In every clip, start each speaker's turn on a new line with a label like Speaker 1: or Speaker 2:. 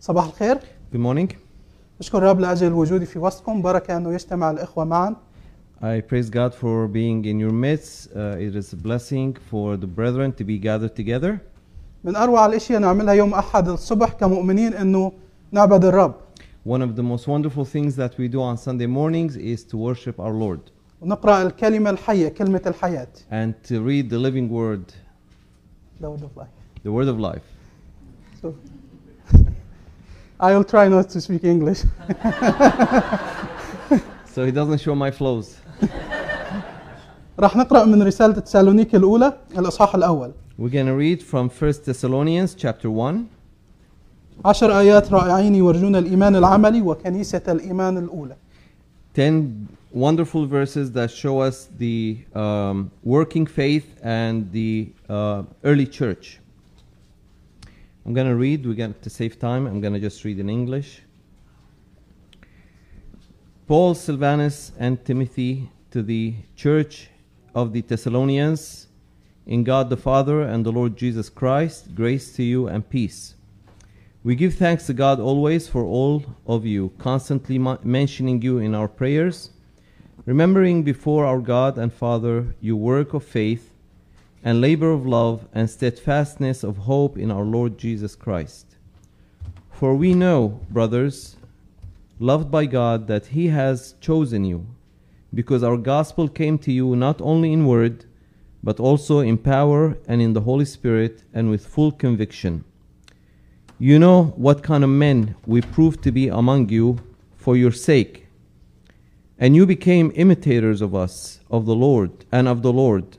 Speaker 1: صباح الخير
Speaker 2: Good morning.
Speaker 1: أشكر الرب لأجل وجودي في وسطكم بركة أنه يجتمع الإخوة معا
Speaker 2: I praise God for being in your midst. Uh, it is a blessing for the brethren to be gathered together.
Speaker 1: من أروع الأشياء نعملها يوم أحد الصبح كمؤمنين أنه نعبد الرب
Speaker 2: One of the most wonderful things that we do on Sunday mornings is to worship our Lord
Speaker 1: ونقرأ الكلمة الحية كلمة الحياة
Speaker 2: and to read the living word,
Speaker 1: داود of life.
Speaker 2: the word of life.
Speaker 1: So, I will try not to speak English.
Speaker 2: So he doesn't show my flaws.
Speaker 1: راح نقرأ من رسالة تسالونيك الأولى الإصحاح الأول
Speaker 2: We're going to read from 1 Thessalonians chapter 1.
Speaker 1: عشر آيات رائعين يورجون الإيمان العملي وكنيسة الإيمان الأولى
Speaker 2: 10 wonderful verses that show us the um, working faith and the uh, early church. I'm going to read, we're going to save time, I'm going to just read in English. Paul, Silvanus, and Timothy to the church of the Thessalonians, in God the Father and the Lord Jesus Christ, grace to you and peace. We give thanks to God always for all of you, constantly mo- mentioning you in our prayers, remembering before our God and Father your work of faith and labor of love and steadfastness of hope in our Lord Jesus Christ. For we know, brothers, loved by God, that He has chosen you, because our gospel came to you not only in word, but also in power and in the Holy Spirit and with full conviction. You know what kind of men we proved to be among you for your sake. And you became imitators of us, of the Lord, and of the Lord.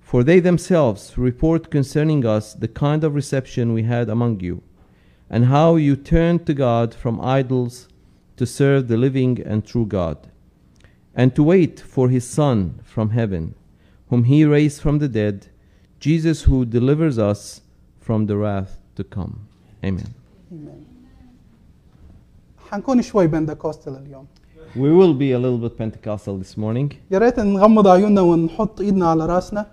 Speaker 2: For they themselves report concerning us the kind of reception we had among you, and how you turned to God from idols to serve the living and true God, and to wait for his Son from heaven, whom he raised from the dead, Jesus who delivers us from the wrath to come. Amen.
Speaker 1: حنكون شوي بندكوستل اليوم
Speaker 2: We will be a little bit Pentecostal this morning.
Speaker 1: يا ريت نغمض عيوننا ونحط إيدنا على راسنا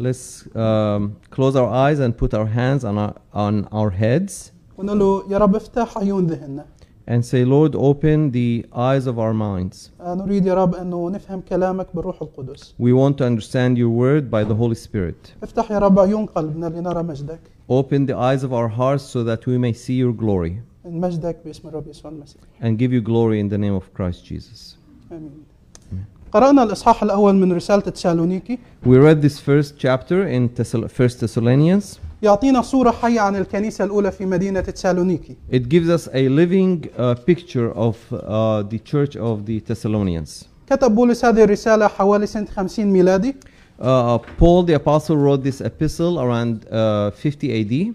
Speaker 2: Let's um, close our eyes and put our hands on our, on our heads
Speaker 1: ونقول له يا رب افتح عيون ذهننا
Speaker 2: and say, Lord, open the eyes of our minds.
Speaker 1: آه، نريد يا رب أنه نفهم كلامك بالروح القدس
Speaker 2: We want to understand your word by the Holy Spirit.
Speaker 1: افتح يا رب عيون قلبنا لنرى مجدك
Speaker 2: Open the eyes of our hearts so that we may see your glory
Speaker 1: من مجدك باسم الرب يسوع المسيح
Speaker 2: and give you glory in the name of Christ Jesus.
Speaker 1: امين قرانا الاصحاح الاول من رساله تسالونيكي
Speaker 2: We read this first chapter in Thessal- 1 Thessalonians.
Speaker 1: يعطينا صوره حيه عن الكنيسه الاولى في مدينه تسالونيكي
Speaker 2: It gives us a living uh, picture of uh, the church of the Thessalonians.
Speaker 1: كتب بولس هذه الرساله حوالي سنه 50 ميلادي
Speaker 2: Uh, Paul the Apostle wrote this epistle around uh, 50 AD.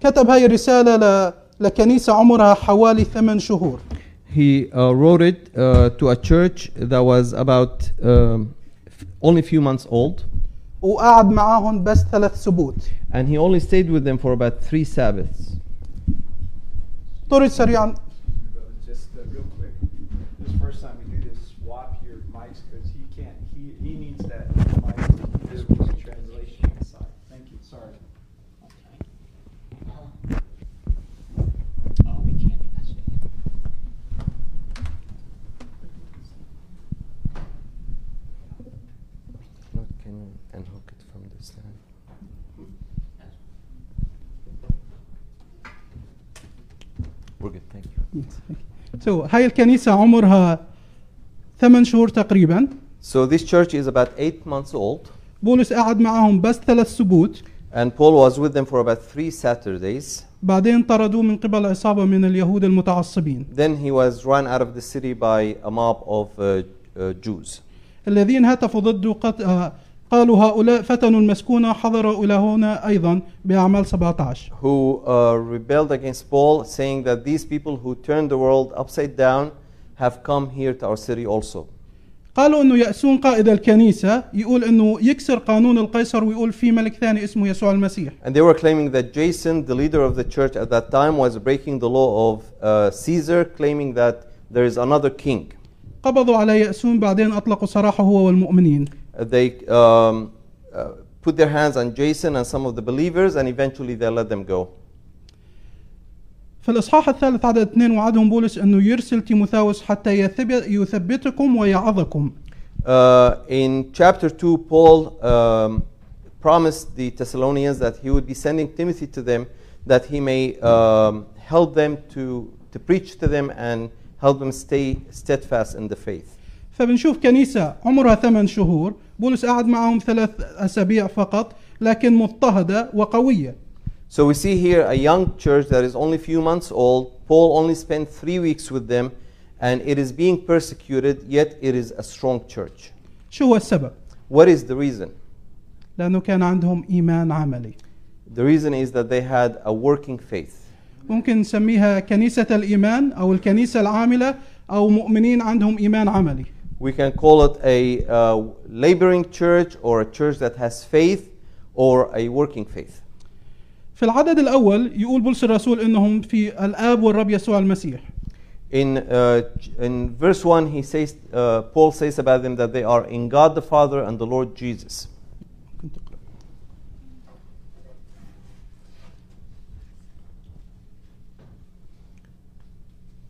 Speaker 1: كتب هذه الرساله ل... لكنيسه عمرها حوالي 8 شهور
Speaker 2: He uh, wrote it uh, to a church that was about um, f- only a few months old,
Speaker 1: وقعد معاهم بس ثلاث سبوت
Speaker 2: and he only stayed with them for about three Sabbaths.
Speaker 1: طرد سريعا
Speaker 3: Brother, just uh, real quick, this is the first time we do this swap here of mics because he can't, he, he needs that mic, this was a translation inside. Thank you, sorry.
Speaker 4: Oh, we can't do that yet.
Speaker 2: can unhook it from this stand. We're good, thank you.
Speaker 1: سو هاي الكنيسه عمرها 8 شهور تقريبا
Speaker 2: So this church is about eight months old,
Speaker 1: بولس قعد معاهم بس ثلاث سبوت
Speaker 2: and Paul was with them for about three Saturdays.
Speaker 1: بعدين طردوه من قبل عصابه من اليهود المتعصبين
Speaker 2: Then he was run out of the city by a mob of uh, uh, Jews.
Speaker 1: الذين هتفوا ضده قد آه، قالوا هؤلاء فتنوا المسكونة حضروا إلى هنا أيضا بأعمال 17
Speaker 2: who uh, rebelled against Paul, saying that these people who turned the world upside down have come here to our city also.
Speaker 1: قالوا انه يأسون قائد الكنيسة يقول انه يكسر قانون القيصر ويقول في ملك ثاني اسمه يسوع المسيح
Speaker 2: And they were claiming that Jason, the leader of the church at that time, was breaking the law of uh, Caesar, claiming that there is another king.
Speaker 1: قبضوا على يأسون بعدين أطلقوا سراحه هو والمؤمنين
Speaker 2: Uh, They um, uh, put their hands on Jason and some of the believers, and eventually they let them go.
Speaker 1: في الإصحاح الثالث عدد اثنين وعدهم بولس أنه يرسل تيموثاوس حتى يثب- يثبتكم ويعظكم
Speaker 2: Uh, in chapter 2, Paul um, promised the Thessalonians that he would be sending Timothy to them that he may um, help them to, to preach to them and help them stay steadfast in the faith.
Speaker 1: فبنشوف كنيسة عمرها ثمان شهور بولس قعد معهم ثلاث أسابيع فقط لكن مضطهدة وقوية
Speaker 2: So we see here a young church that is only a few months old. Paul only spent three weeks with them, and it is being persecuted, yet it is a strong church.
Speaker 1: شو هو السبب؟
Speaker 2: What is the reason?
Speaker 1: لأنه كان عندهم إيمان عملي
Speaker 2: The reason is that they had a working faith.
Speaker 1: ممكن نسميها كنيسة الإيمان أو الكنيسة العاملة أو مؤمنين عندهم إيمان عملي
Speaker 2: We can call it a uh, laboring church or a church that has faith or a working faith.
Speaker 1: في العدد الأول يقول بولس الرسول أنهم في الآب والرب يسوع المسيح
Speaker 2: In, uh, ch- in verse 1, he says, uh, Paul says about them that they are in God the Father and the Lord Jesus.
Speaker 1: ممكن تقرأ.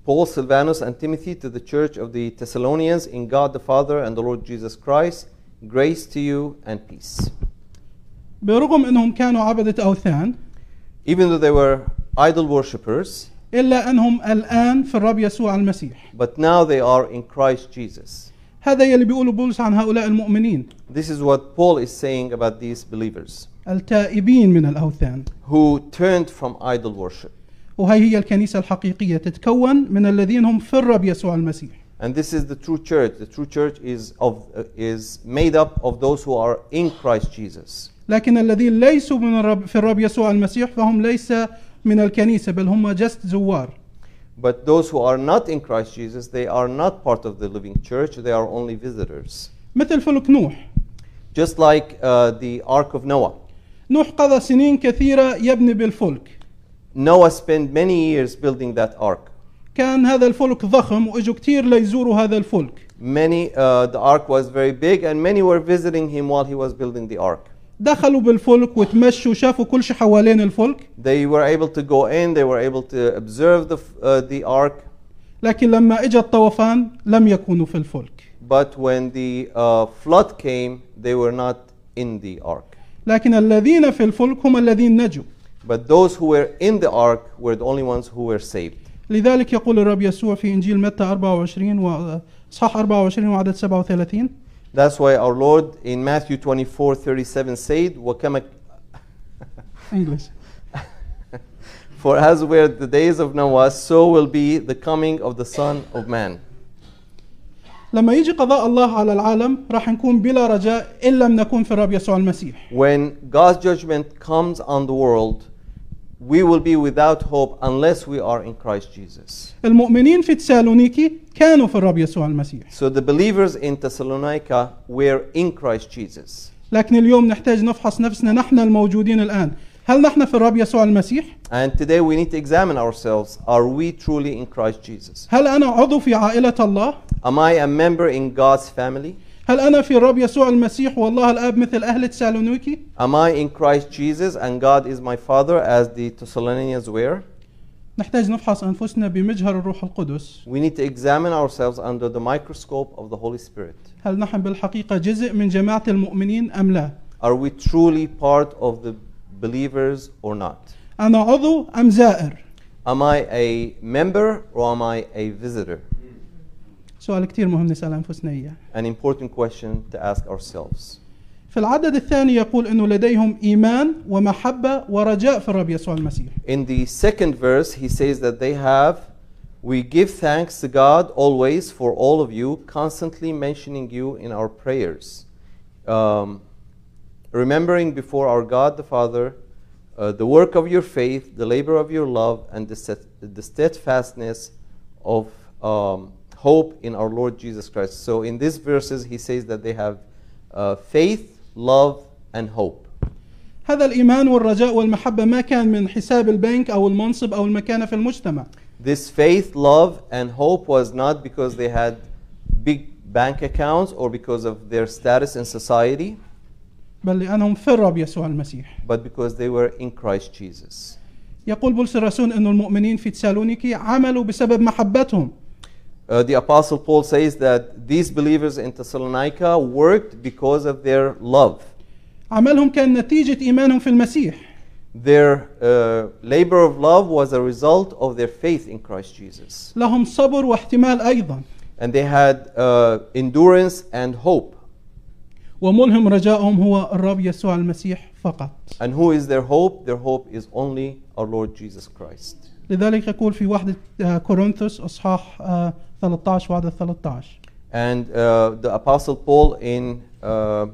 Speaker 2: Paul, Silvanus, and Timothy to the church of the Thessalonians in God the Father and the Lord Jesus Christ, grace to you and peace.
Speaker 1: برغم أنهم كانوا عبدة أوثان
Speaker 2: Even though they were idol worshippers,
Speaker 1: إلا أنهم الآن في الرب يسوع المسيح
Speaker 2: but now they are in Christ Jesus.
Speaker 1: هذا يلي بيقوله بولس عن هؤلاء المؤمنين
Speaker 2: This is what Paul is saying about these believers
Speaker 1: التائبين من الأوثان
Speaker 2: who turned from idol worship.
Speaker 1: وهي هي الكنيسة الحقيقية تتكون من الذين هم في الرب يسوع المسيح
Speaker 2: And this is the true church. The true church is, of, uh, is made up of those who are in Christ Jesus.
Speaker 1: لكن الذين ليسوا من الرب في الرب يسوع المسيح فهم ليس من الكنيسة بل هم جست زوار
Speaker 2: But those who are not in Christ Jesus, they are not part of the living church, they are only visitors.
Speaker 1: مثل فلك نوح
Speaker 2: Just like uh, the Ark of Noah.
Speaker 1: نوح قضى سنين كثيرة يبني بالفلك
Speaker 2: Noah spent many years building that ark.
Speaker 1: كان هذا الفلك ضخم وإجوا كثير ليزوروا هذا الفلك
Speaker 2: Many, uh, the ark was very big, and many were visiting him while he was building the ark.
Speaker 1: دخلوا بالفلك وتمشوا شافوا كل شيء حوالين الفلك
Speaker 2: They were able to go in, they were able to observe the, f- uh, the ark,
Speaker 1: لكن لما اجى الطوفان لم يكونوا في الفلك
Speaker 2: but when the uh, flood came, they were not in the ark.
Speaker 1: لكن الذين في الفلك هم الذين نجوا
Speaker 2: But those who were in the ark were the only ones who were saved.
Speaker 1: لذلك يقول الرب يسوع في إنجيل متى 24 وإصحاح 24 وعدد 37
Speaker 2: That's why our Lord in Matthew 24 37 said, "وكما-
Speaker 1: انجلش
Speaker 2: For as were the days of Noah, so will be the coming of the Son of Man.
Speaker 1: لما يجي قضاء الله على العالم راح نكون بلا رجاء إن لم نكون في الرب يسوع المسيح
Speaker 2: When God's judgment comes on the world, we will be without hope unless we are in Christ Jesus.
Speaker 1: المؤمنين في تسالونيكي كانوا في الرب يسوع المسيح
Speaker 2: So the believers in Thessalonica were in Christ Jesus.
Speaker 1: لكن اليوم نحتاج نفحص نفسنا نحن الموجودين الآن هل نحن في الرب يسوع المسيح؟
Speaker 2: And today we need to examine ourselves. Are we truly in Christ Jesus?
Speaker 1: هل أنا عضو في عائلة الله؟
Speaker 2: Am I a member in God's family?
Speaker 1: هل أنا في الرب يسوع المسيح والله الآب مثل أهل تسالونيكي؟
Speaker 2: Am I in Christ Jesus and God is my Father as the Thessalonians were?
Speaker 1: نحتاج نفحص أنفسنا بمجهر الروح القدس
Speaker 2: We need to examine ourselves under the microscope of the Holy Spirit.
Speaker 1: هل نحن بالحقيقة جزء من جماعة المؤمنين أم لا؟
Speaker 2: Are we truly part of the believers or not?
Speaker 1: أنا عضو أم زائر؟
Speaker 2: Am I a member or am I a visitor?
Speaker 1: سؤال كتير مهم نسأل أنفسنا إياه
Speaker 2: An important question to ask ourselves.
Speaker 1: في العدد الثاني يقول أنه لديهم إيمان ومحبة ورجاء في الرب يسوع المسيح
Speaker 2: In the second verse, he says that they have, We give thanks to God always for all of you, constantly mentioning you in our prayers, um, remembering before our God the Father uh, the work of your faith, the labor of your love, and the, set, the steadfastness of um, hope in our Lord Jesus Christ. So in these verses, he says that they have uh, faith, love, and hope.
Speaker 1: هذا الإيمان والرجاء والمحبة ما كان من حساب البنك أو المنصب أو المكانة في المجتمع
Speaker 2: This faith, love, and hope was not because they had big bank accounts or because of their status in society,
Speaker 1: بل لأنهم في الرب يسوع المسيح
Speaker 2: but because they were in Christ Jesus.
Speaker 1: يقول بولس الرسول أن المؤمنين في تسالونيكي عملوا بسبب محبتهم
Speaker 2: Uh, the Apostle Paul says that these believers in Thessalonica worked because of their love.
Speaker 1: عملهم كان نتيجة إيمانهم في المسيح
Speaker 2: Their uh, labor of love was a result of their faith in Christ Jesus.
Speaker 1: لهم صبر واحتمال أيضا
Speaker 2: And they had uh, endurance and hope.
Speaker 1: وملهم رجائهم هو الرب يسوع المسيح فقط
Speaker 2: And who is their hope? Their hope is only our Lord Jesus Christ.
Speaker 1: لذلك يقول في واحدة آه، كورنثوس إصحاح آه، 13 وعدد 13
Speaker 2: And uh, the Apostle Paul in uh,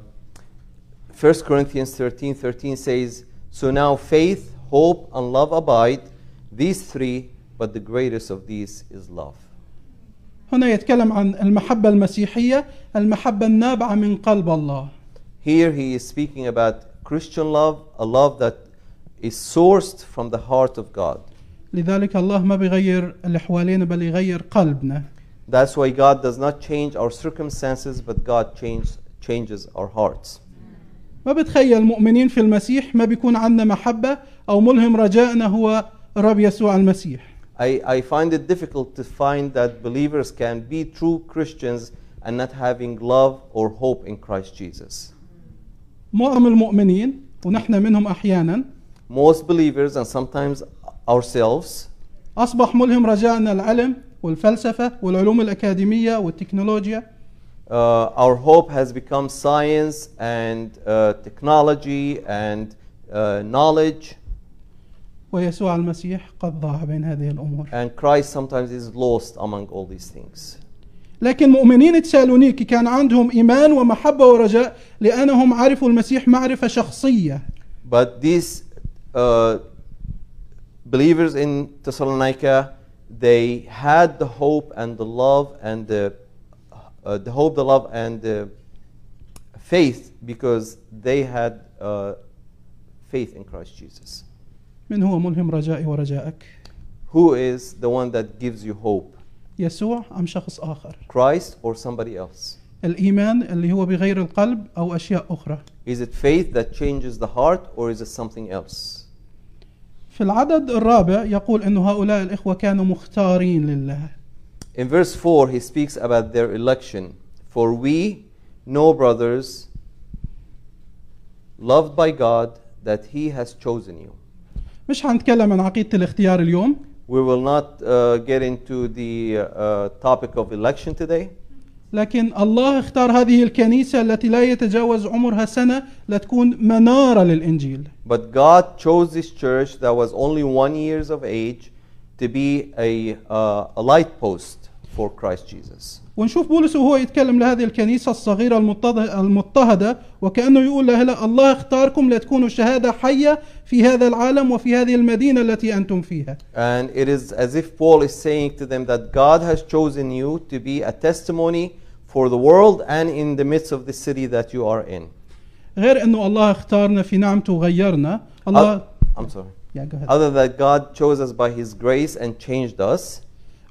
Speaker 2: 1 Corinthians 13 13 says, So now faith, hope, and love abide, these three, but the greatest of these is love.
Speaker 1: هنا يتكلم عن المحبة المسيحية المحبة النابعة من قلب الله
Speaker 2: Here he is speaking about Christian love, a love that is sourced from the heart of God.
Speaker 1: لذلك الله ما بيغير اللي حوالينا بل يغير قلبنا
Speaker 2: That's why God does not change our circumstances, but God change, changes our hearts.
Speaker 1: ما بتخيل المؤمنين في المسيح ما بيكون عندنا محبة أو ملهم رجائنا هو الرب يسوع المسيح
Speaker 2: I, I find it difficult to find that believers can be true Christians and not having love or hope in Christ Jesus.
Speaker 1: معظم المؤمنين ونحن منهم أحيانا
Speaker 2: Most believers, and sometimes ourselves,
Speaker 1: أصبح ملهم رجائنا العلم والفلسفة والعلوم الأكاديمية والتكنولوجيا
Speaker 2: uh, our hope has become science and uh, technology and uh, knowledge,
Speaker 1: ويسوع المسيح قد ضاع بين هذه الأمور
Speaker 2: and Christ sometimes is lost among all these things.
Speaker 1: لكن مؤمنين تسالونيكي كان عندهم إيمان ومحبة ورجاء لأنهم عرفوا المسيح معرفة شخصية
Speaker 2: But these uh, believers in Thessalonica, they had the hope and the love and the, uh, the hope, the love and the faith because they had uh, faith in Christ Jesus.
Speaker 1: من هو ملهم رجائي ورجائك
Speaker 2: Who is the one that gives you hope?
Speaker 1: يسوع أم شخص آخر
Speaker 2: Christ or somebody else?
Speaker 1: الإيمان اللي هو بغير القلب أو أشياء أخرى
Speaker 2: Is it faith that changes the heart or is it something else?
Speaker 1: في العدد الرابع يقول أن هؤلاء الإخوة كانوا مختارين لله
Speaker 2: In verse 4, he speaks about their election. For we know, brothers, loved by God, that He has chosen you.
Speaker 1: مش هنتكلم عن عقيدة الاختيار اليوم
Speaker 2: We will not uh, get into the uh, topic of election today,
Speaker 1: لكن الله اختار هذه الكنيسة التي لا يتجاوز عمرها سنة لتكون منارة للإنجيل
Speaker 2: but God chose this church that was only one years of age to be a, uh, a light post for Christ Jesus.
Speaker 1: ونشوف بولس وهو يتكلم لهذه الكنيسة الصغيرة المضطه- المضطهدة وكأنه يقول لها لا الله اختاركم لتكونوا شهادة حية في هذا العالم وفي هذه المدينة التي أنتم فيها
Speaker 2: And it is as if Paul is saying to them that God has chosen you to be a testimony for the world and in the midst of the city that you are in.
Speaker 1: غير أنه الله اختارنا في نعمته وغيرنا الله
Speaker 2: Oth- Uh, I'm sorry.
Speaker 1: Yeah, go ahead.
Speaker 2: Other that God chose us by His grace and changed us.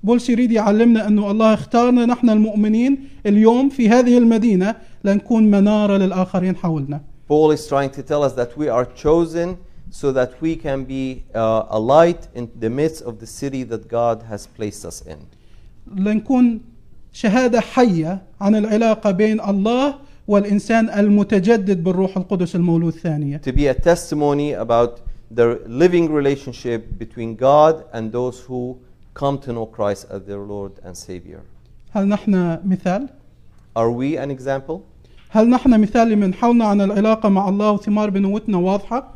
Speaker 1: بولس يريد يعلمنا أنه الله اختارنا نحن المؤمنين اليوم في هذه المدينة لنكون منارة للآخرين حولنا
Speaker 2: Paul is trying to tell us that we are chosen so that we can be uh, a light in the midst of the city that God has placed us in.
Speaker 1: لنكون شهادة حية عن العلاقة بين الله والإنسان المتجدد بالروح القدس المولود ثانية
Speaker 2: To be a testimony about the living relationship between God and those who come to know Christ as their Lord and Savior.
Speaker 1: هل نحن مثال؟
Speaker 2: Are we an example?
Speaker 1: هل نحن مثال لمن حولنا عن العلاقة مع الله وثمار بنوتنا واضحة؟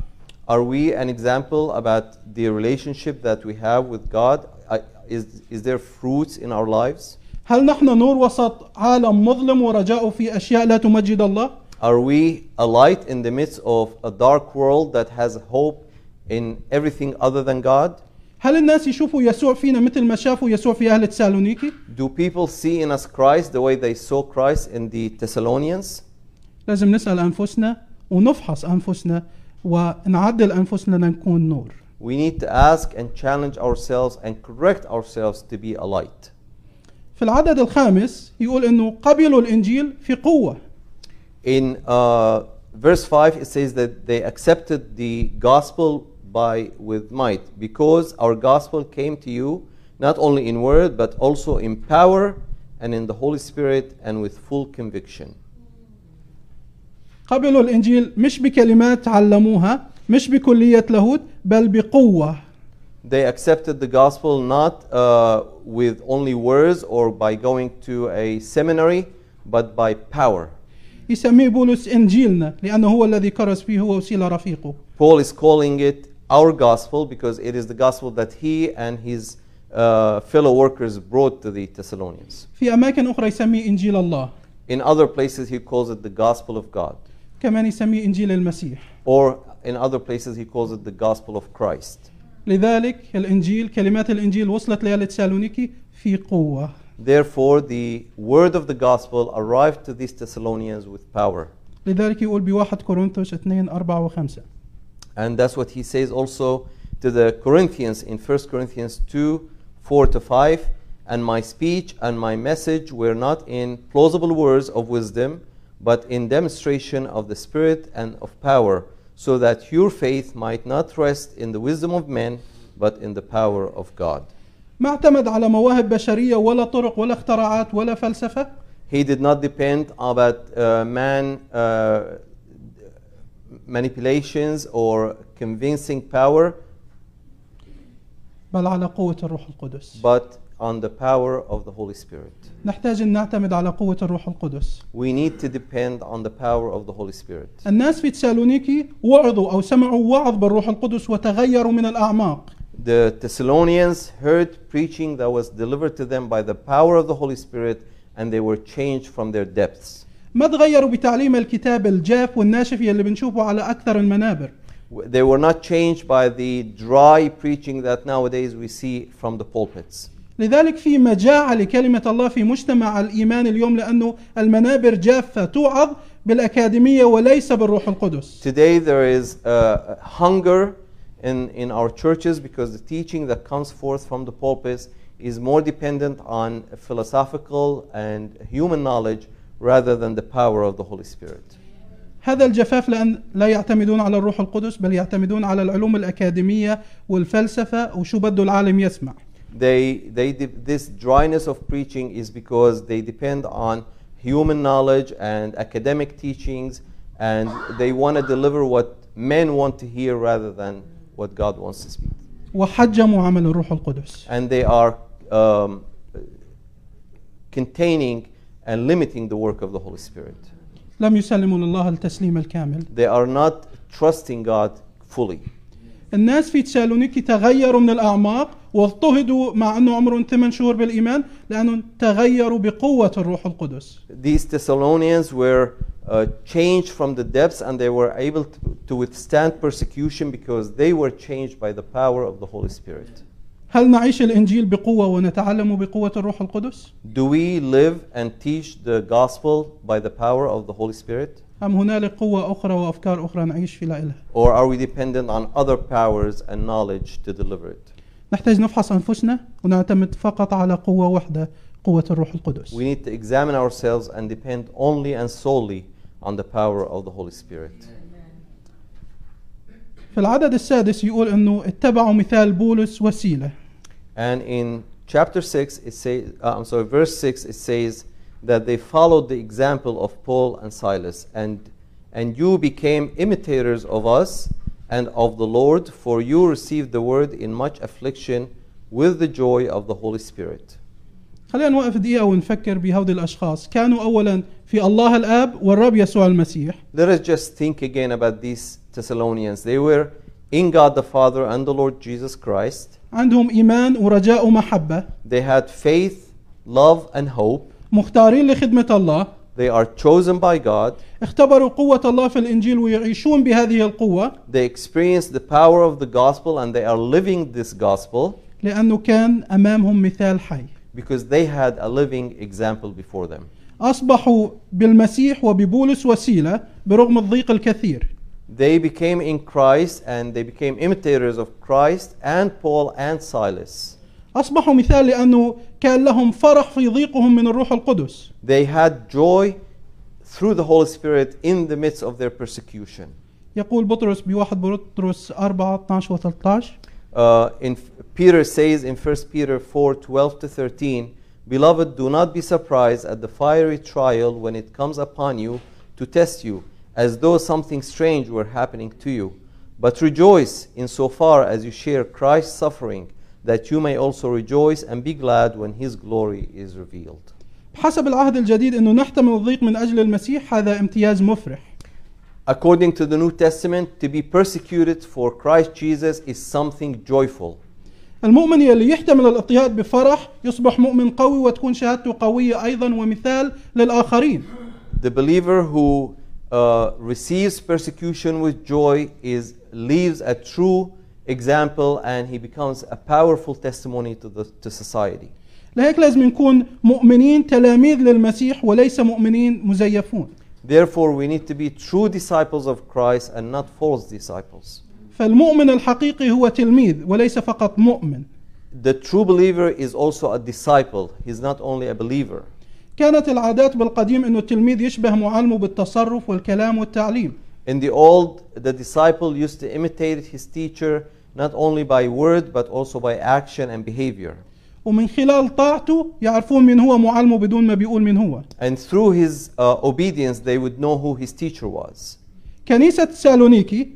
Speaker 2: Are we an example about the relationship that we have with God? I- Is, is there fruits in our lives?
Speaker 1: هل نحن نور وسط عالم مظلم ورجاؤه في أشياء لا تمجد الله؟
Speaker 2: Are we a light in the midst of a dark world that has hope in everything other than God?
Speaker 1: هل الناس يشوفوا يسوع فينا مثل ما شافوا يسوع في أهل تسالونيكي؟
Speaker 2: Do people see in us Christ the way they saw Christ in the Thessalonians?
Speaker 1: لازم نسال انفسنا ونفحص انفسنا ونعدل انفسنا لنكون نور
Speaker 2: We need to ask and challenge ourselves and correct ourselves to be a light.
Speaker 1: في العدد الخامس يقول انه قبلوا الانجيل في قوه
Speaker 2: In uh, verse 5, it says that they accepted the gospel by with might, because our gospel came to you not only in word, but also in power and in the Holy Spirit and with full conviction.
Speaker 1: قبلوا الانجيل مش بكلمات علموها مش بكليه لاهوت بل بقوه
Speaker 2: They accepted the gospel not uh, with only words or by going to a seminary, but by power.
Speaker 1: يسميه بولس انجيلنا لانه هو الذي كرس فيه هو وسيله رفيقه
Speaker 2: Paul is calling it our gospel because it is the gospel that he and his uh, fellow workers brought to the Thessalonians.
Speaker 1: في اماكن اخرى يسميه انجيل الله
Speaker 2: In other places, he calls it the gospel of God,
Speaker 1: كمان يسميه انجيل المسيح
Speaker 2: or in other places, he calls it the gospel of Christ.
Speaker 1: لذلك الانجيل كلمات الانجيل وصلت لتسالونيكي في قوه
Speaker 2: Therefore, the word of the gospel arrived to these Thessalonians with power.
Speaker 1: لذلك يقول بواحد كورنثوس 2 4 و5
Speaker 2: And that's what he says also to the Corinthians in 1 Corinthians 2 4 to 5. And my speech and my message were not in plausible words of wisdom, but in demonstration of the Spirit and of power, so that your faith might not rest in the wisdom of men, but in the power of God.
Speaker 1: ما اعتمد على مواهب بشريه ولا طرق ولا اختراعات ولا فلسفه
Speaker 2: He did not depend about uh, man uh, manipulations or convincing power,
Speaker 1: بل على قوه الروح القدس
Speaker 2: but on the power of the Holy Spirit.
Speaker 1: نحتاج ان نعتمد على قوه الروح القدس
Speaker 2: We need to depend on the power of the Holy Spirit.
Speaker 1: الناس في تسالونيكي وعظوا او سمعوا وعظ بالروح القدس وتغيروا من الاعماق
Speaker 2: The Thessalonians heard preaching that was delivered to them by the power of the Holy Spirit, and they were changed from their depths.
Speaker 1: ما تغيروا بتعليم الكتاب الجاف والناشف اللي بنشوفه على اكثر المنابر
Speaker 2: W- They were not changed by the dry preaching that nowadays we see from the pulpits.
Speaker 1: لذلك في مجاعة لكلمة الله في مجتمع الإيمان اليوم لأنه المنابر جافة توعظ بالأكاديمية وليس بالروح القدس
Speaker 2: Today there is uh, a hunger in, in our churches because the teaching that comes forth from the pulpits is more dependent on philosophical and human knowledge rather than the power of the Holy Spirit.
Speaker 1: هذا الجفاف لأن لا يعتمدون على الروح القدس بل يعتمدون على العلوم الأكاديمية والفلسفة وشو بده العالم يسمع
Speaker 2: they they de- this dryness of preaching is because they depend on human knowledge and academic teachings and they want to deliver what men want to hear rather than what god wants to speak
Speaker 1: وحجموا عمل الروح القدس
Speaker 2: and they are um, containing and limiting the work of the holy spirit
Speaker 1: لم يسلموا لله التسليم الكامل
Speaker 2: they are not trusting god fully
Speaker 1: الناس في تسالونيكي تغيروا من الأعماق واضطهدوا مع أنه عمرهم 8 شهور بالإيمان لأنهم تغيروا بقوة الروح القدس
Speaker 2: these Thessalonians were uh, changed from the depths and they were able to, to withstand persecution because they were changed by the power of the Holy Spirit.
Speaker 1: هل نعيش الانجيل بقوه ونتعلم بقوه الروح القدس
Speaker 2: Do we live and teach the gospel by the power of the Holy Spirit?
Speaker 1: ام هنالك قوه اخرى وافكار اخرى نعيش في لها
Speaker 2: Or are we dependent on other powers and knowledge to deliver it?
Speaker 1: نحتاج نفحص انفسنا ونعتمد فقط على قوه واحده قوه الروح القدس
Speaker 2: We need to examine ourselves and depend only and solely on the power of the Holy Spirit.
Speaker 1: في العدد السادس يقول انه اتبعوا مثال بولس وسيله
Speaker 2: And in chapter 6, it says, uh, I'm sorry, verse 6, it says that they followed the example of Paul and Silas, and, and you became imitators of us and of the Lord, for you received the word in much affliction with the joy of the Holy Spirit.
Speaker 1: خلينا نوقف دقيقه ونفكر بهؤلاء الاشخاص كانوا اولا في الله الاب والرب يسوع المسيح
Speaker 2: Let us just think again about these Thessalonians. They were in God the Father and the Lord Jesus Christ.
Speaker 1: عندهم ايمان ورجاء ومحبه
Speaker 2: They had faith, love, and hope.
Speaker 1: مختارين لخدمه الله
Speaker 2: They are chosen by God.
Speaker 1: اختبروا قوه الله في الانجيل ويعيشون بهذه القوه
Speaker 2: they experience the power of the gospel and they are living this gospel
Speaker 1: لأنه كان أمامهم مثال حي
Speaker 2: because they had a living example before them.
Speaker 1: أصبحوا بالمسيح وببولس وسيلة برغم الضيق الكثير
Speaker 2: They became in Christ and they became imitators of Christ and Paul and Silas.
Speaker 1: أصبحوا مثال لأنه كان لهم فرح في ضيقهم من الروح القدس
Speaker 2: They had joy through the Holy Spirit in the midst of their persecution.
Speaker 1: يقول بطرس بواحد بطرس 4 12 و 13
Speaker 2: Uh, in Peter says in 1 Peter 4 12 to 13, Beloved, do not be surprised at the fiery trial when it comes upon you to test you, as though something strange were happening to you. But rejoice insofar as you share Christ's suffering, that you may also rejoice and be glad when his glory is revealed.
Speaker 1: بحسب العهد الجديد أنه نحتمل الضيق من أجل المسيح هذا امتياز مفرح
Speaker 2: According to the New Testament, to be persecuted for Christ Jesus is something joyful.
Speaker 1: المؤمن يلي يحتمل الاضطهاد بفرح يصبح مؤمن قوي وتكون شهادته قوية أيضا ومثال للآخرين
Speaker 2: The believer who uh, receives persecution with joy is leaves a true example and he becomes a powerful testimony to, the, to society.
Speaker 1: لهيك لازم نكون مؤمنين تلاميذ للمسيح وليس مؤمنين مزيفون
Speaker 2: Therefore, we need to be true disciples of Christ and not false disciples.
Speaker 1: فالمؤمن الحقيقي هو تلميذ وليس فقط مؤمن
Speaker 2: The true believer is also a disciple, he's not only a believer.
Speaker 1: كانت العادات بالقديم أن التلميذ يشبه معلمه بالتصرف والكلام والتعليم
Speaker 2: In the old, the disciple used to imitate his teacher not only by word but also by action and behavior.
Speaker 1: ومن خلال طاعته يعرفون من هو معلمه بدون ما بيقول من هو
Speaker 2: And through his uh, obedience, they would know who his teacher was.
Speaker 1: كنيسة سالونيكي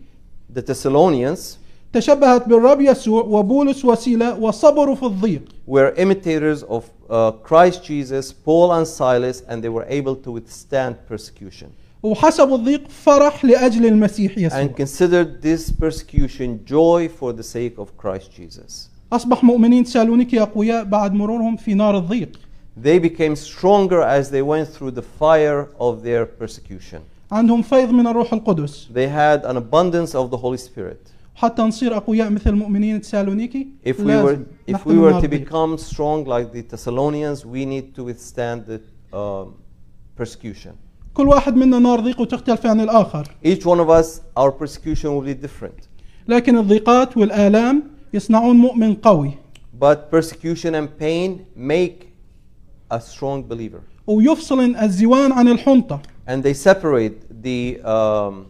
Speaker 2: The Thessalonians
Speaker 1: تشبهت بالرب يسوع وبولس وسيلة وصبروا في الضيق
Speaker 2: were imitators of uh, Christ Jesus, Paul and Silas, and they were able to withstand persecution
Speaker 1: وحسبوا الضيق فرح لأجل المسيح يسوع
Speaker 2: and considered this persecution joy for the sake of Christ Jesus.
Speaker 1: أصبح مؤمنين سالونيكي أقوياء بعد مرورهم في نار الضيق
Speaker 2: They became stronger as they went through the fire of their persecution.
Speaker 1: عندهم فيض من الروح القدس
Speaker 2: They had an abundance of the Holy Spirit.
Speaker 1: حتى نصير أقوياء مثل مؤمنين سالونيكي
Speaker 2: If we
Speaker 1: لازم
Speaker 2: were, if we
Speaker 1: نحتمل
Speaker 2: were
Speaker 1: نار
Speaker 2: to
Speaker 1: الضيق.
Speaker 2: become strong like the Thessalonians, we need to withstand the um, persecution.
Speaker 1: كل واحد منا نار ضيق وتختلف عن الآخر
Speaker 2: Each one of us, our persecution will be different.
Speaker 1: لكن الضيقات والآلام يصنعون مؤمن قوي
Speaker 2: But persecution and pain make a strong believer.
Speaker 1: ويفصل الزوان عن الحنطة
Speaker 2: And they separate the, um,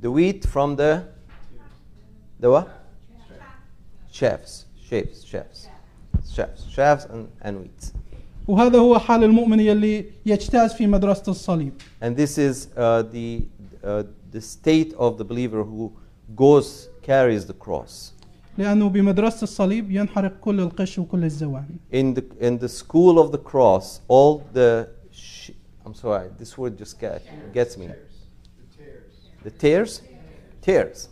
Speaker 2: the wheat from the, the what? Shafts, shapes, shafts, shafts, shafts and, and wheat.
Speaker 1: وهذا هو حال المؤمن يلي يجتاز في مدرسة الصليب
Speaker 2: And this is uh, the, uh, the state of the believer who goes, carries the cross.
Speaker 1: لأنه بمدرسة الصليب ينحرق كل القش وكل الزوان
Speaker 2: in the in the school of the cross, all the sh- I'm sorry, this word just get, gets me. The tears, tears,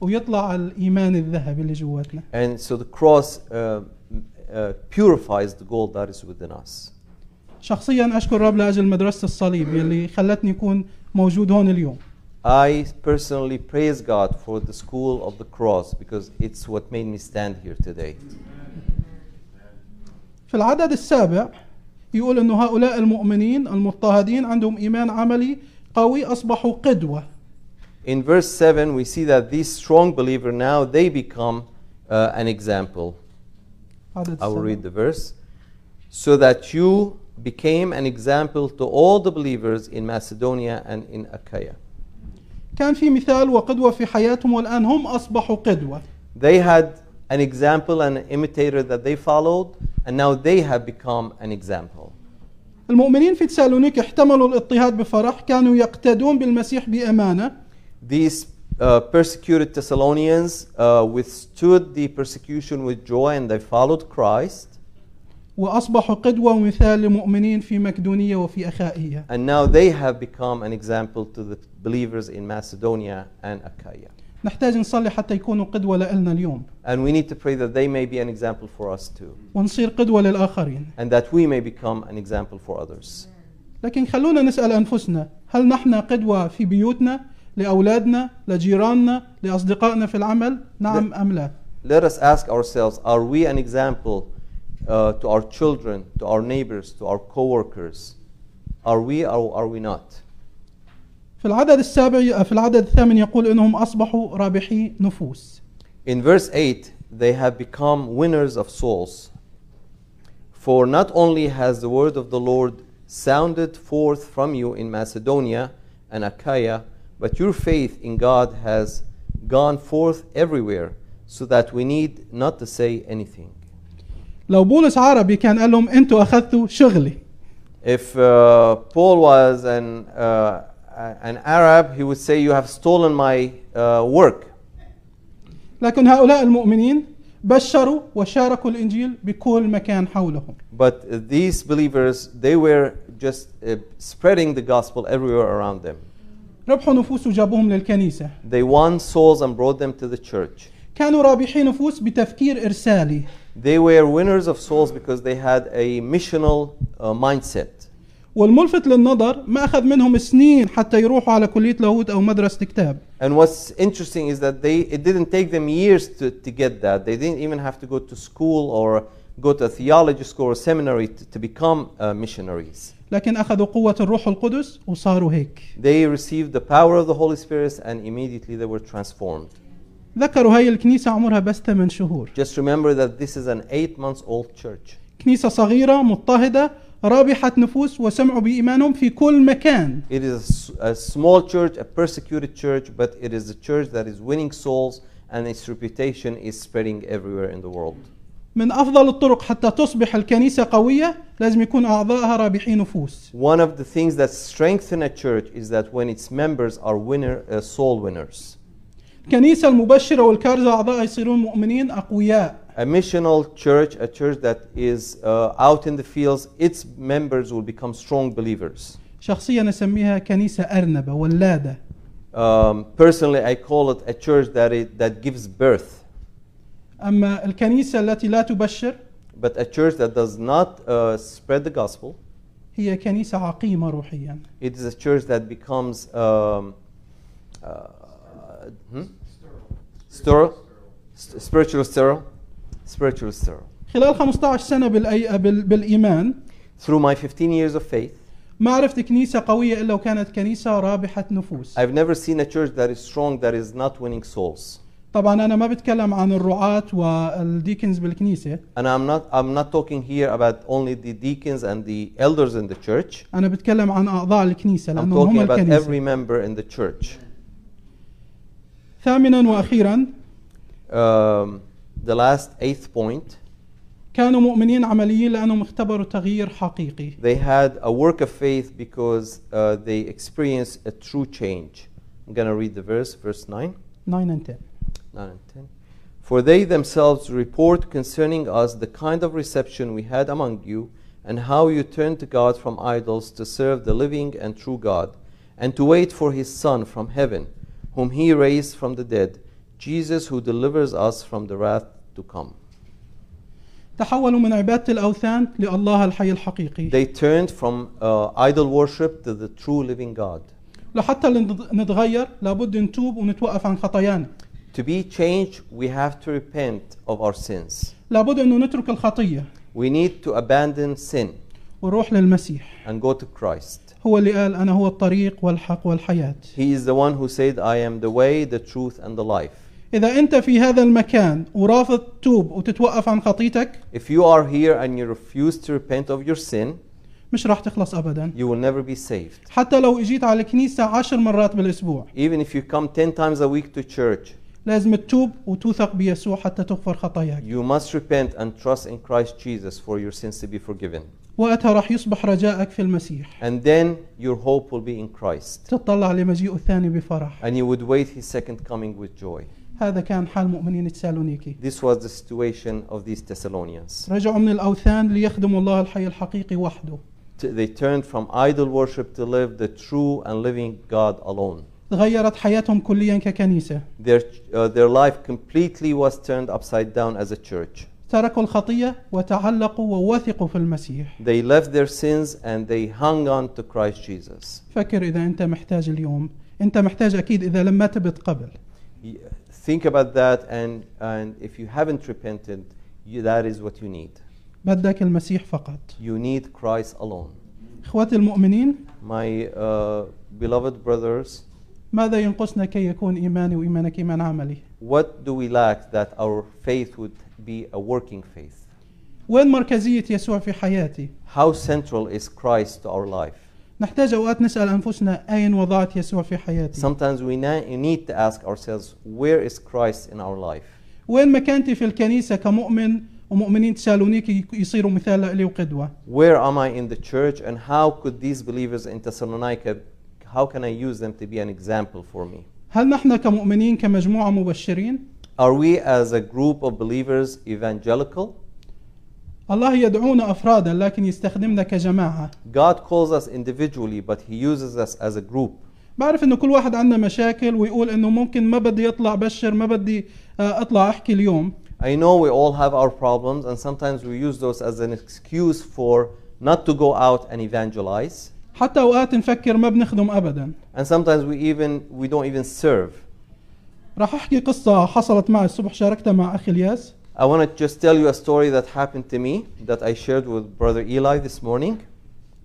Speaker 1: ويطلع الإيمان الذهبي اللي جواتنا
Speaker 2: and so the cross uh, m- uh, purifies the gold that is within us.
Speaker 1: شخصيا أشكر الرب لأجل مدرسة الصليب يلي خلتني أكون موجود هون اليوم
Speaker 2: I personally praise God for the school of the cross because it's what made me stand here today.
Speaker 1: في العدد السابع يقول أن هؤلاء المؤمنين المضطهدين عندهم إيمان عملي قوي أصبحوا قدوة
Speaker 2: In verse seven, we see that these strong believer now they become uh, an example.
Speaker 1: عدد
Speaker 2: I will
Speaker 1: السابع.
Speaker 2: read the verse. So that you became an example to all the believers in Macedonia and in Achaia.
Speaker 1: كان في مثال وقدوة في حياتهم والآن هم أصبحوا قدوة
Speaker 2: They had an example and an imitator that they followed, and now they have become an example.
Speaker 1: المؤمنين في تسالونيك احتملوا الاضطهاد بفرح كانوا يقتدون بالمسيح بأمانة
Speaker 2: These uh, persecuted Thessalonians uh, withstood the persecution with joy and they followed Christ,
Speaker 1: وأصبحوا قدوة ومثال لمؤمنين في مقدونية وفي أخائية
Speaker 2: and now they have become an example to the believers in Macedonia and Achaia.
Speaker 1: نحتاج نصلي حتى يكونوا قدوة لنا اليوم
Speaker 2: And we need to pray that they may be an example for us too.
Speaker 1: ونصير قدوة للآخرين
Speaker 2: and that we may become an example for others.
Speaker 1: لكن خلونا نسأل أنفسنا هل نحن قدوة في بيوتنا لأولادنا لجيراننا لأصدقائنا في العمل نعم أم لا
Speaker 2: Let us ask ourselves are we an example uh, to our children, to our neighbors, to our coworkers? Are we or are we not?
Speaker 1: في العدد السابع في العدد الثامن يقول انهم اصبحوا رابحي نفوس
Speaker 2: In verse 8, they have become winners of souls. For not only has the word of the Lord sounded forth from you in Macedonia and Achaia, but your faith in God has gone forth everywhere, so that we need not to say anything.
Speaker 1: لو بولس عربي كان قال لهم انتوا اخذتوا شغلي
Speaker 2: If uh, Paul was an, uh, a- an Arab, he would say, You have stolen my uh, work.
Speaker 1: لكن هؤلاء المؤمنين بشروا وشاركوا الانجيل بكل مكان حولهم
Speaker 2: But uh, these believers, they were just uh, spreading the gospel everywhere around them.
Speaker 1: ربحوا نفوس وجابوهم للكنيسه
Speaker 2: They won souls and brought them to the church.
Speaker 1: كانوا رابحي نفوس بتفكير ارسالي
Speaker 2: They were winners of souls because they had a missional uh, mindset.
Speaker 1: والملفت للنظر ما اخذ منهم سنين حتى يروحوا على كليه لاهوت او مدرسه كتاب
Speaker 2: And what's interesting is that they, it didn't take them years to, to get that. They didn't even have to go to school or go to a theology school or seminary to, to become uh, missionaries.
Speaker 1: لكن اخذوا قوه الروح القدس وصاروا هيك
Speaker 2: They received the power of the Holy Spirit and immediately they were transformed.
Speaker 1: ذكروا هاي الكنيسه عمرها بس 8 شهور
Speaker 2: Just remember that this is an eight months old church.
Speaker 1: كنيسه صغيره مضطهده رابحه نفوس وسمعوا بايمانهم في كل مكان
Speaker 2: It is a s- a, small church, a persecuted church, but it is a church that is winning souls and its reputation is spreading everywhere in the world.
Speaker 1: من افضل الطرق حتى تصبح الكنيسه قويه لازم يكون اعضائها رابحي نفوس
Speaker 2: One of the things that strengthen a church is that when its members are winner, uh, soul winners.
Speaker 1: الكنيسه المبشره والكارزه اعضائها يصيرون مؤمنين اقوياء
Speaker 2: A missional church, a church that is uh, out in the fields, its members will become strong believers.
Speaker 1: شخصيا نسميها كنيسه ارنبه ولاده
Speaker 2: Um, personally, I call it a church that, it, that gives birth,
Speaker 1: اما الكنيسه التي لا تبشر
Speaker 2: but a church that does not uh, spread the gospel.
Speaker 1: هي كنيسه عقيمه روحيا
Speaker 2: It is a church that becomes um, uh, hmm? sterile, S- spiritual sterile, spiritual sterile.
Speaker 1: خلال 15 سنه بالأي... بال... بالايمان
Speaker 2: Through my 15 years of faith,
Speaker 1: ما عرفت كنيسه قويه الا وكانت كنيسه رابحه نفوس
Speaker 2: I've never seen a church that is strong that is not winning souls.
Speaker 1: طبعا انا ما بتكلم عن الرعاه والديكنز بالكنيسه
Speaker 2: And I'm not, I'm not talking here about only the deacons and the elders in the church.
Speaker 1: انا بتكلم عن اعضاء الكنيسه
Speaker 2: I'm
Speaker 1: لانهم هم
Speaker 2: talking about
Speaker 1: الكنيسه
Speaker 2: every member in the church.
Speaker 1: ثامنا واخيرا
Speaker 2: Um, the last eighth point,
Speaker 1: كانوا مؤمنين عمليين لانهم اختبروا تغيير حقيقي
Speaker 2: they had a work of faith because uh, they experienced a true change. I'm going to read the verse, verse 9.
Speaker 1: 9 and 10
Speaker 2: 9 and 10. For they themselves report concerning us the kind of reception we had among you, and how you turned to God from idols to serve the living and true God, and to wait for his Son from heaven, whom he raised from the dead, Jesus who delivers us from the wrath to come.
Speaker 1: تحولوا من عباده الاوثان لله الحي الحقيقي
Speaker 2: They turned from uh, idol worship to the true living God.
Speaker 1: لحتى لن- نتغير لابد نتوب ونتوقف عن خطايانا
Speaker 2: To be changed, we have to repent of our sins.
Speaker 1: لابد انه نترك الخطيه
Speaker 2: We need to abandon sin
Speaker 1: ونروح للمسيح
Speaker 2: and go to Christ.
Speaker 1: هو اللي قال انا هو الطريق والحق والحياه
Speaker 2: He is the one who said, I am the way, the truth, and the life.
Speaker 1: اذا انت في هذا المكان ورافض توب وتتوقف عن خطيتك
Speaker 2: If you are here and you refuse to repent of your sin,
Speaker 1: مش راح تخلص ابدا
Speaker 2: you will never be saved.
Speaker 1: حتى لو اجيت على الكنيسه عشر مرات بالاسبوع
Speaker 2: Even if you come 10 times a week to church,
Speaker 1: لازم تتوب وتوثق بيسوع حتى تغفر خطاياك
Speaker 2: you must repent and trust in Christ Jesus for your sins to be forgiven.
Speaker 1: وقتها راح يصبح رجائك في المسيح
Speaker 2: And then your hope will be in Christ.
Speaker 1: تتطلع لمجيئه الثاني بفرح
Speaker 2: And you would wait his second coming with joy.
Speaker 1: هذا كان حال مؤمنين تسالونيكي
Speaker 2: This was the situation of these Thessalonians.
Speaker 1: رجعوا من الاوثان ليخدموا الله الحي الحقيقي وحده
Speaker 2: T- They turned from idol worship to live the true and living God alone.
Speaker 1: تغيرت حياتهم كليا ككنيسه
Speaker 2: Their, uh, their life completely was turned upside down as a church.
Speaker 1: تركوا الخطيه وتعلقوا ووثقوا في المسيح
Speaker 2: They left their sins and they hung on to Christ Jesus.
Speaker 1: فكر اذا انت محتاج اليوم انت محتاج اكيد اذا لم تبت قبل
Speaker 2: Y- Think about that, and, and if you haven't repented, you, that is what you need.
Speaker 1: بدك المسيح فقط
Speaker 2: You need Christ alone.
Speaker 1: إخواتي المؤمنين
Speaker 2: My uh, beloved brothers,
Speaker 1: ماذا ينقصنا كي يكون إيماني وإيمانك إيمان عملي
Speaker 2: what do we lack that our faith would be a working faith?
Speaker 1: وين مركزية يسوع في حياتي
Speaker 2: How central is Christ to our life?
Speaker 1: نحتاج أوقات نسأل أنفسنا أين وضعت يسوع في حياتي
Speaker 2: Sometimes we na- need to ask ourselves, where is Christ in our life?
Speaker 1: وين مكانتي في الكنيسة كمؤمن ومؤمنين تسالونيك يصيروا مثال لي وقدوة
Speaker 2: Where am I in the church, and how could these believers in Thessalonica, how can I use them to be an example for me?
Speaker 1: هل نحن كمؤمنين كمجموعة مبشرين
Speaker 2: Are we as a group of believers evangelical?
Speaker 1: الله يدعونا أفرادا لكن يستخدمنا كجماعة
Speaker 2: God calls us individually, but He uses us as a group.
Speaker 1: بعرف انه كل واحد عندنا مشاكل ويقول انه ممكن ما بدي اطلع بشر ما بدي آه، اطلع احكي اليوم
Speaker 2: I know we all have our problems, and sometimes we use those as an excuse for not to go out and evangelize.
Speaker 1: حتى اوقات نفكر ما بنخدم ابدا
Speaker 2: And sometimes we even we don't even serve.
Speaker 1: راح احكي قصة حصلت معي الصبح شاركتها مع اخي الياس
Speaker 2: I want to just tell you a story that happened to me that I shared with Brother Eli this morning.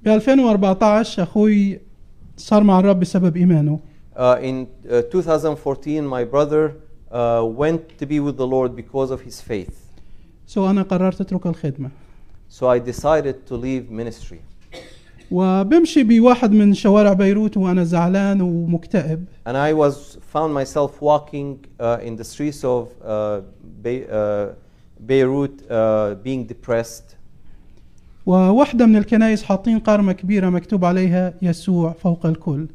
Speaker 1: ب 2014 اخوي صار مع الرب بسبب ايمانه
Speaker 2: Uh, in uh, 2014, my brother uh, went to be with the Lord because of his faith.
Speaker 1: سو انا قررت اترك الخدمة
Speaker 2: So I decided to leave ministry.
Speaker 1: وبمشي بواحد من شوارع بيروت وانا زعلان ومكتئب
Speaker 2: And I was found myself walking uh, in the streets of uh, Be- uh, Beirut, uh, being depressed.
Speaker 1: وواحدة من الكنايس حاطين قارمة كبيرة مكتوب عليها يسوع فوق الكل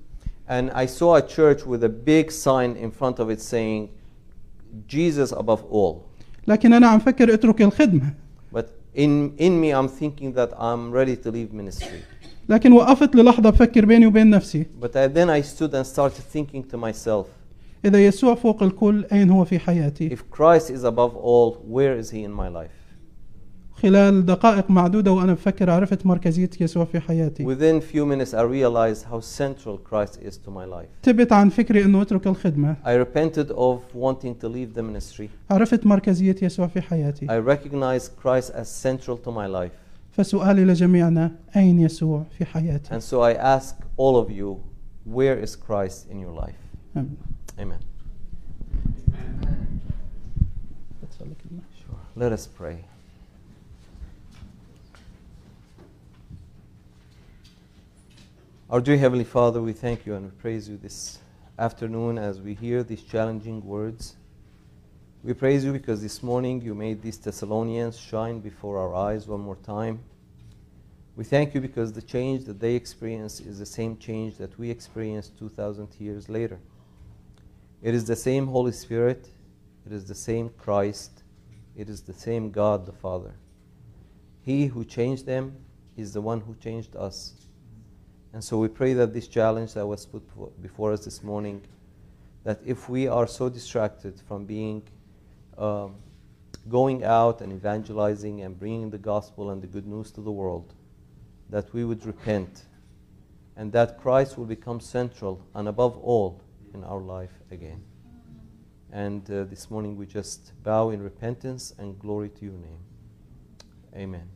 Speaker 2: And I saw a church with a big sign in front of it saying, "Jesus above all."
Speaker 1: لكن انا عم فكر اترك الخدمة
Speaker 2: But in in me, I'm thinking that I'm ready to leave ministry.
Speaker 1: لكن وقفت للحظة بفكر بيني وبين نفسي
Speaker 2: But I, then I stood and started thinking to myself.
Speaker 1: إذا يسوع فوق الكل أين هو في حياتي
Speaker 2: If Christ is above all, where is he in my life?
Speaker 1: خلال دقائق معدودة وأنا بفكر عرفت مركزية يسوع في حياتي
Speaker 2: Within few minutes, I realized how central Christ is to my life.
Speaker 1: تبت عن فكري أنه أترك الخدمة
Speaker 2: I repented of wanting to leave the ministry.
Speaker 1: عرفت مركزية يسوع في
Speaker 2: I
Speaker 1: حياتي
Speaker 2: recognized Christ as central to my life.
Speaker 1: فسؤالي لجميعنا أين يسوع في حياتي
Speaker 2: And so I ask all of you, where is Christ in your life?
Speaker 1: آمين.
Speaker 2: Amen.
Speaker 1: بتسألك كلمة؟
Speaker 2: Let us pray. Our dear Heavenly Father, we thank you and we praise you this afternoon as we hear these challenging words. We praise you because this morning you made these Thessalonians shine before our eyes one more time. We thank you because the change that they experienced is the same change that we experienced 2,000 years later. It is the same Holy Spirit, it is the same Christ, it is the same God the Father. He who changed them is the one who changed us. And so we pray that this challenge that was put befo- before us this morning, that if we are so distracted from being, um, going out and evangelizing and bringing the gospel and the good news to the world, that we would repent and that Christ will become central and above all in our life again. And uh, this morning we just bow in repentance and glory to your name. Amen.